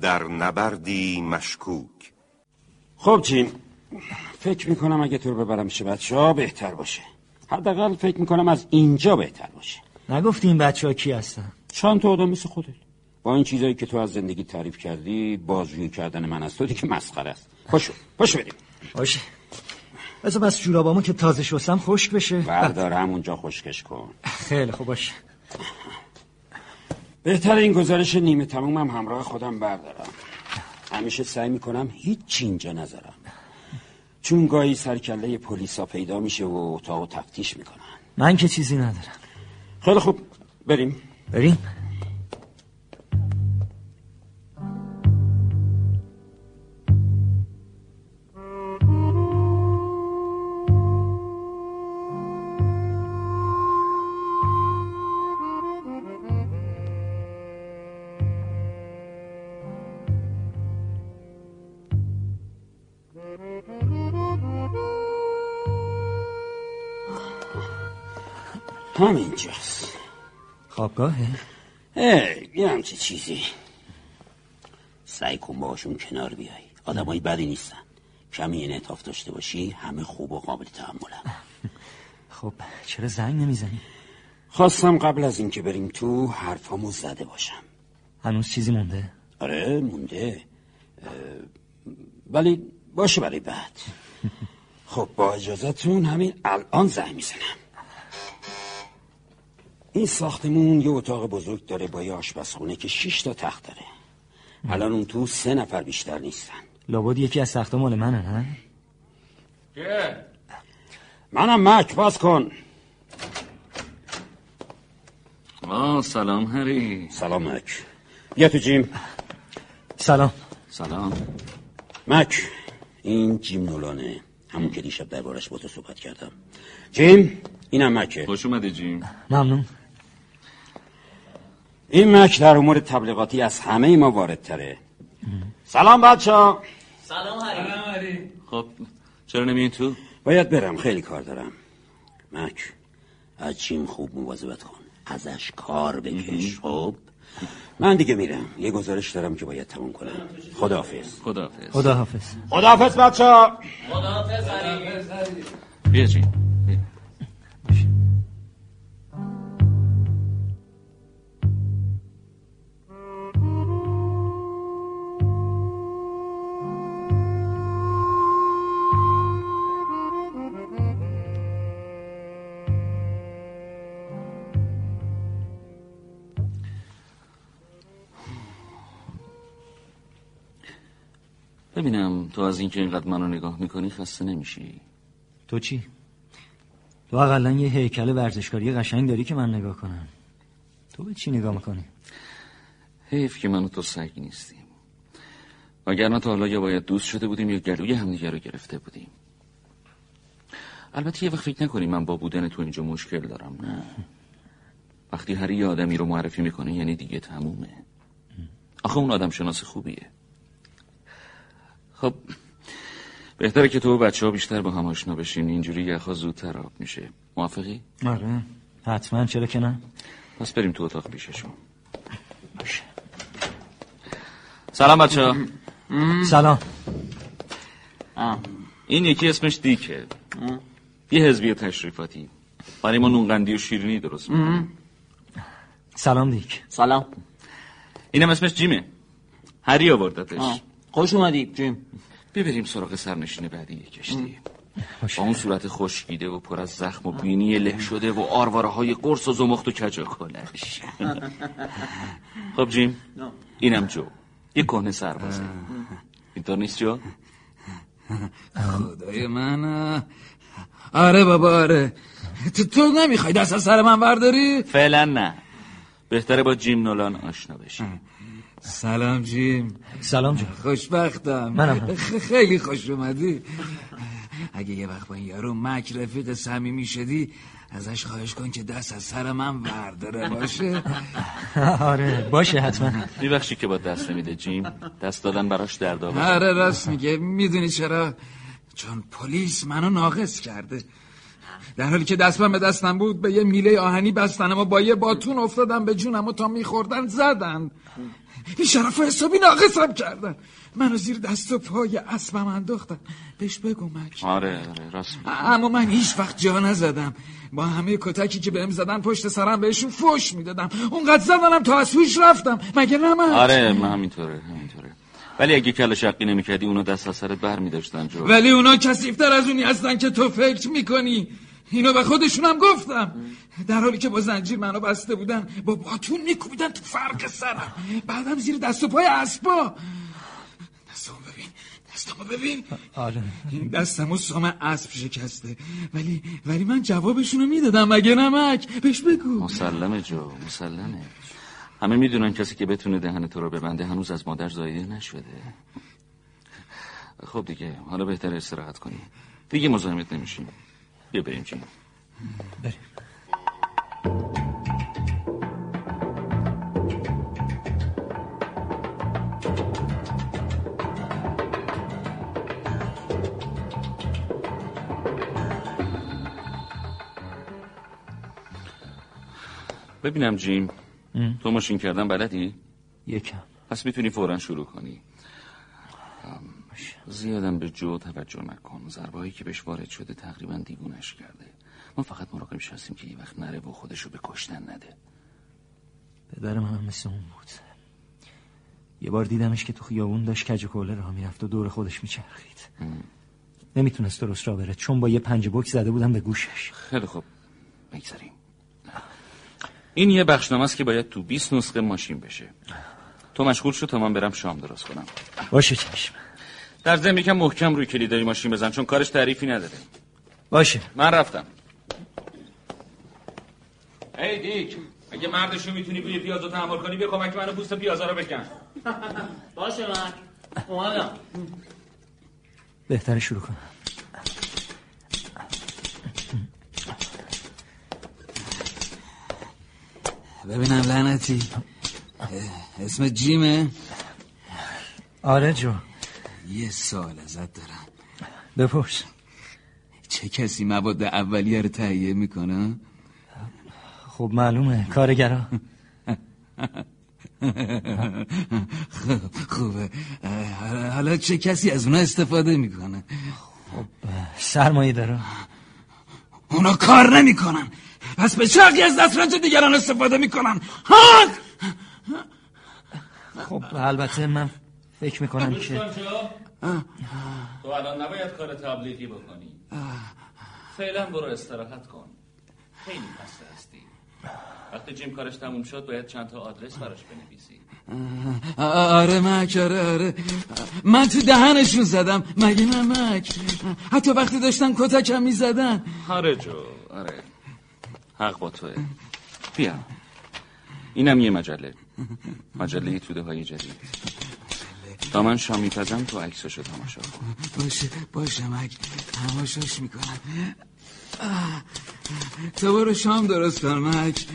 در نبردی مشکوک خب چین فکر میکنم اگه تو رو ببرم پیش بچه ها بهتر باشه حداقل فکر میکنم از اینجا بهتر باشه نگفتی این بچه ها کی هستن چند تا آدم مثل خودت با این چیزایی که تو از زندگی تعریف کردی بازجویی کردن من از تو دیگه مسخره است پاشو پاشو بریم باشه بذار بس جورابامو که تازه شستم خشک بشه بردار همونجا خشکش کن خیلی خوب باشه بهتر این گزارش نیمه تمومم همراه خودم بردارم همیشه سعی میکنم هیچ اینجا نذارم چون گاهی سرکله پلیسا پیدا میشه و اتاق تفتیش میکنن من که چیزی ندارم خیلی خوب بریم بریم همینجاست خوابگاهه ای یه همچه چیزی سعی کن باشون کنار بیای آدمای بدی نیستن کمی انعطاف داشته باشی همه خوب و قابل تحملن خب چرا زنگ نمیزنی خواستم قبل از اینکه بریم تو حرفامو زده باشم هنوز چیزی مونده آره مونده اه، ولی باشه برای بعد خب با اجازتون همین الان زنگ میزنم این ساختمون یه اتاق بزرگ داره با یه آشپزخونه که 6 تا تخت داره الان اون تو سه نفر بیشتر نیستن لابد یکی از تختا مال منه نه منم مک باز کن آه سلام هری سلام مک بیا تو جیم سلام سلام مک این جیم نولانه همون که دیشب دربارش با تو صحبت کردم جیم اینم مکه خوش اومدی جیم ممنون این مک در امور تبلیغاتی از همه ما واردتره سلام بچه ها خب چرا نمیای تو باید برم خیلی کار دارم مک از جیم خوب مواظبت کن ازش کار بکش خب من دیگه میرم یه گزارش دارم که باید تموم کنم خداحافظ خداحافظ خدا حافظ خداحافظ بچه ها بیا جیم بیا. ببینم تو از اینکه اینقدر منو نگاه میکنی خسته نمیشی تو چی تو اقلا یه هیکل ورزشکاری قشنگ داری که من نگاه کنم تو به چی نگاه میکنی حیف که من و تو سگ نیستیم وگرنه تا حالا یا باید دوست شده بودیم یا گلوی همدیگه رو گرفته بودیم البته یه وقت فکر نکنی من با بودن تو اینجا مشکل دارم نه وقتی هر یه آدمی رو معرفی میکنه یعنی دیگه تمومه آخه اون آدم شناس خوبیه خب بهتره که تو و بچه ها بیشتر با هم آشنا بشین اینجوری یخها زودتر آب میشه موافقی؟ آره حتما چرا که نه پس بریم تو اتاق پیششون سلام بچه ها سلام این یکی اسمش دیکه یه حزبی تشریفاتی برای ما نونقندی و شیرینی درست می‌کنه. سلام دیک سلام اینم اسمش جیمه هری آوردتش آه. خوش اومدی جیم ببریم سراغ سرنشین بعدی یه کشتی با اون صورت خشکیده و پر از زخم و بینی له شده و آرواره های قرص و زمخت و کجا کلش خب جیم اینم جو یه کهنه سربازه اینطور نیست جو؟ خدای من آه. آره بابا آره تو, تو نمیخوای دست از سر من برداری؟ فعلا نه بهتره با جیم نولان آشنا بشی سلام جیم سلام جان خوشبختم منم. خ- خیلی خوش اومدی اگه یه وقت با این یارو مک رفیق صمیمی شدی ازش خواهش کن که دست از سر من برداره باشه آره باشه حتما میبخشی که با دست نمیده جیم دست دادن براش درد آور آره راست میگه میدونی چرا چون پلیس منو ناقص کرده در حالی که دستم به دستم بود به یه میله آهنی بستنم و با یه باتون افتادم به جونم و تا میخوردن زدن این شرف و حسابی ناقصم کردن منو زیر دست و پای اسبم انداختن بهش بگو مک آره آره راست میگی. اما من هیچ وقت جا نزدم با همه کتکی که بهم زدن پشت سرم بهشون فوش میدادم اونقدر زدنم تا از هوش رفتم مگه نه من آره من همینطوره همینطوره ولی اگه کل شقی نمیکردی اونو دست از سرت بر میداشتن جو ولی اونا کسیفتر از اونی هستن که تو فکر میکنی اینو به خودشونم گفتم در حالی که با زنجیر منو بسته بودن با باتون میکوبیدن تو فرق سرم بعدم زیر دست و پای اسبا دستمو ببین دستمو ببین آره دستمو سام اسب شکسته ولی ولی من جوابشونو میدادم مگه نمک بهش بگو مسلمه جو مسلمه همه میدونن کسی که بتونه دهن تو رو ببنده هنوز از مادر زایده نشده خب دیگه حالا بهتر استراحت کنی دیگه مزاحمت نمیشیم بیا بریم جیم ببینم جیم تو ماشین کردن بلدی؟ یکم پس میتونی فورا شروع کنی ام، زیادم به جو توجه نکن ضربه که بهش وارد شده تقریبا دیوونش کرده ما فقط مراقبش هستیم که یه وقت نره و خودشو به کشتن نده پدر منم مثل اون بود یه بار دیدمش که تو خیابون داشت کج و کوله راه میرفت و دور خودش میچرخید نمیتونست درست را بره چون با یه پنج بک زده بودم به گوشش خیلی خوب بگذاریم این یه بخشنامه است که باید تو 20 نسخه ماشین بشه تو مشغول شو تا من برم شام درست کنم باشه چشم در ضمن یکم محکم روی کلیدای ماشین بزن چون کارش تعریفی نداره باشه من رفتم ای دیک اگه مردشو میتونی بوی پیازو تحمل کنی بیا کمک منو پوست پیازا رو بکن باشه مک اومدم بهتره شروع کنم ببینم لعنتی اه، اسم جیمه آره جو یه سال ازت دارم بپرس چه کسی مواد اولیه رو تهیه میکنه خب معلومه کارگرا خب خوبه اه، حالا- حالا چه کسی از اونا استفاده میکنه سرمایه داره اونا کار نمیکنن پس به چه حقی از دسترنج دیگران استفاده میکنن ها خب البته من فکر میکنم که تو الان نباید کار تبلیغی بکنی فعلا برو استراحت کن خیلی خسته هستی وقتی جیم کارش تموم شد باید چند تا آدرس براش بنویسی آ- آره مک آره آره من تو دهنشون زدم مگه نه مک حتی وقتی داشتن کتکم میزدن آره جو آره حق با توه بیا اینم یه مجله مجله توده های جدید تا من شامی پزم تو عکسشو تماشا کن باشه باشه مک تماشاش میکنم آه. تو برو شام درست کن مک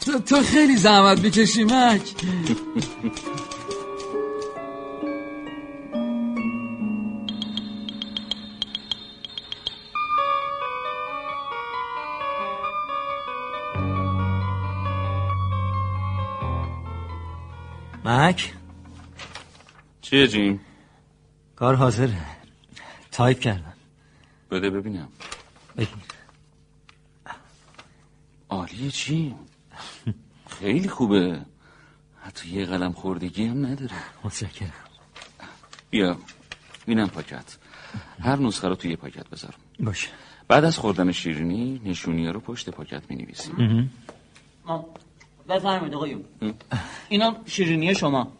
تو, تو خیلی زحمت میکشی مک مک چیه جیم؟ کار حاضره تایپ کردم بده ببینم بگیر عالیه چی؟ خیلی خوبه حتی یه قلم خوردگی هم نداره متشکرم بیا اینم پاکت هر نسخه رو توی یه پاکت بذار باشه بعد از خوردن شیرینی نشونی رو پشت پاکت می آه، بفرمایید آقایون اینا شیرینی شما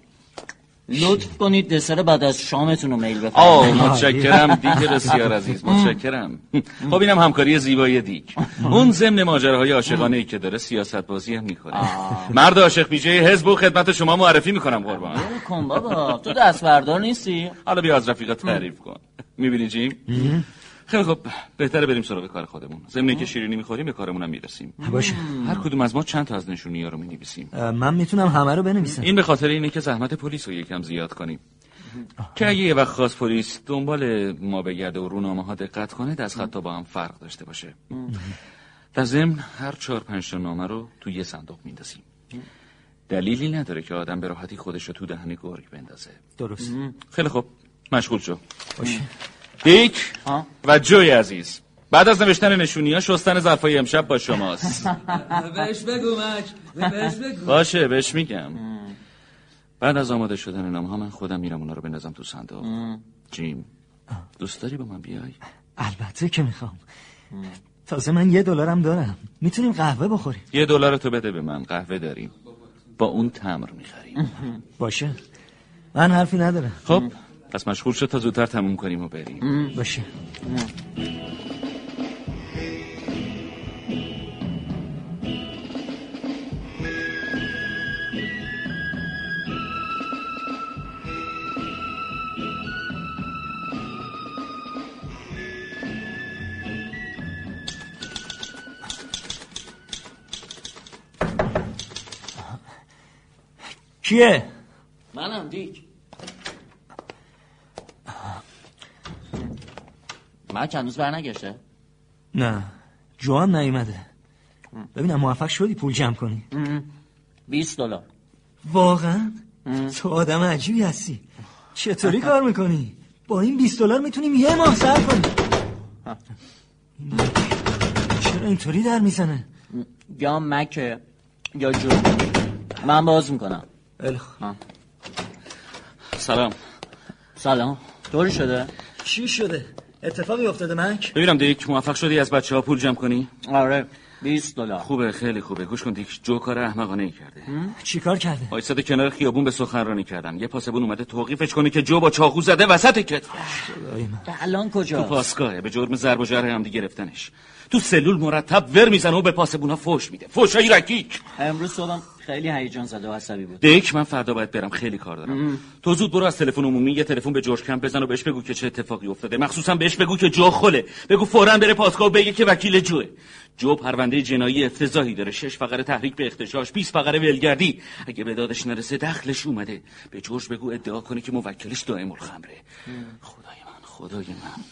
لطف کنید دسر بعد از شامتون رو میل آه بفرمایید متشکرم دیک بسیار عزیز متشکرم خب اینم همکاری زیبای دیک اون ضمن ماجراهای عاشقانه ای که داره سیاست بازی هم میکنه مرد عاشق بیجه حزب و خدمت شما معرفی میکنم قربان کن بابا تو دست بردار نیستی حالا بیا از رفیقات تعریف کن میبینی جیم خیلی خب بهتره بریم سراغ کار خودمون ضمن که شیرینی میخوریم به کارمونم میرسیم باشه هر کدوم از ما چند تا از نشونی ها رو مینویسیم اه، من میتونم همه رو بنویسم این به خاطر اینه که زحمت پلیس رو یکم زیاد کنیم که اگه یه وقت خواست پلیس دنبال ما بگرده و رونامه ها دقت کنه دست خط تا با هم فرق داشته باشه در ضمن هر چهار پنج تا نامه رو توی یه صندوق میندازیم دلیلی نداره که آدم به راحتی خودش رو تو دهن گرگ بندازه درست خیلی خوب مشغول شو باشه دیک ها؟ و جوی عزیز بعد از نوشتن نشونی ها شستن ظرفای امشب با شماست بهش بگو مک بهش بگو باشه بهش میگم بعد از آماده شدن نام ها من خودم میرم اونا رو بندازم تو صندوق جیم دوست داری با من بیای البته که میخوام تازه من یه دلارم دارم میتونیم قهوه بخوریم یه دلار تو بده به من قهوه داریم با اون تمر میخریم باشه من حرفی ندارم خب پس مشغول شد تا زودتر تموم کنیم و بریم باشه کیه؟ منم دیک من چند روز برنگشته نه جو هم نیومده ببینم موفق شدی پول جمع کنی 20 دلار واقعا تو آدم عجیبی هستی چطوری کار میکنی با این 20 دلار میتونیم یه ماه سر کنیم چرا اینطوری در میزنه یا مکه یا جو من باز میکنم سلام سلام طوری شده چی شده اتفاقی افتاده مک ببینم دیک موفق شدی از بچه ها پول جمع کنی آره 20 دلار خوبه خیلی خوبه گوش کن دیک جو کار احمقانه ای کرده چیکار کرده وایساده کنار خیابون به سخنرانی کردن یه پاسبون اومده توقیفش کنه که جو با چاقو زده وسط کتفش الان تو کجا پاسگاهه به جرم ضرب و جرح هم گرفتنش تو سلول مرتب ور میزنه و به پاسبونا فوش میده فوشای رکیک امروز صبحم خیلی هیجان زده و عصبی بود دیک من فردا باید برم خیلی کار دارم تو زود برو از تلفن عمومی یه تلفن به جورج کمپ بزن و بهش بگو که چه اتفاقی افتاده مخصوصا بهش بگو که جو خله بگو فوراً بره پاسگاه و بگه که وکیل جوه جو پرونده جنایی افتضاحی داره شش فقره تحریک به اختشاش 20 فقره ولگردی اگه به دادش نرسه دخلش اومده به جورج بگو ادعا کنه که موکلش دائم الخمره خدای من خدای من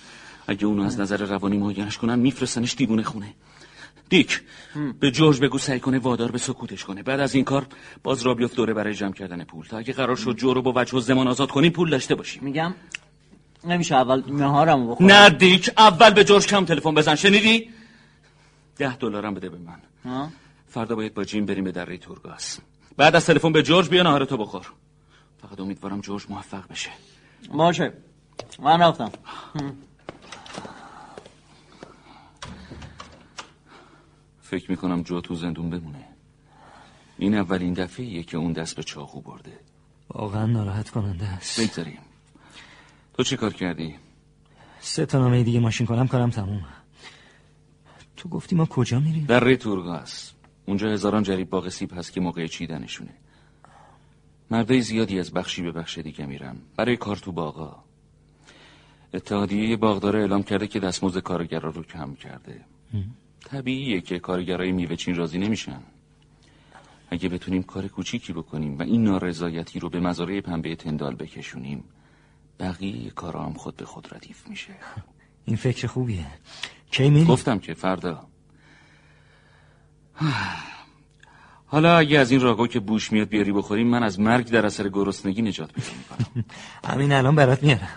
اگه اونو از نظر روانی معاینش کنن میفرستنش دیوونه خونه دیک به جورج بگو سعی کنه وادار به سکوتش کنه بعد از این کار باز را بیفت دوره برای جمع کردن پول تا اگه قرار شد جو رو با وجه و زمان آزاد کنیم پول داشته باشیم میگم نمیشه اول نهارم بخورم نه دیک اول به جورج کم تلفن بزن شنیدی ده دلارم بده به من ها؟ فردا باید با جیم بریم به دره تورگاس بعد از تلفن به جورج بیا نهارتو بخور فقط امیدوارم جورج موفق بشه باشه من رفتم فکر میکنم جو تو زندون بمونه این اولین دفعه که اون دست به چاقو برده واقعا ناراحت کننده است بگذاریم تو چی کار کردی؟ سه تا نامه دیگه ماشین کنم کارم تموم تو گفتی ما کجا میریم در ری تورگاس اونجا هزاران جریب باغ سیب هست که موقع چیدنشونه مردای زیادی از بخشی به بخش دیگه میرن برای کار تو باغا اتحادیه باغدارا اعلام کرده که دستمزد کارگرا رو کم کرده طبیعیه که کارگرای میوه چین راضی نمیشن اگه بتونیم کار کوچیکی بکنیم و این نارضایتی رو به مزارع پنبه تندال بکشونیم بقیه کارا هم خود به خود ردیف میشه این فکر خوبیه کی میریم گفتم که فردا حالا اگه از این راگو که بوش میاد بیاری بخوریم من از مرگ در اثر گرسنگی نجات پیدا میکنم همین الان برات میارم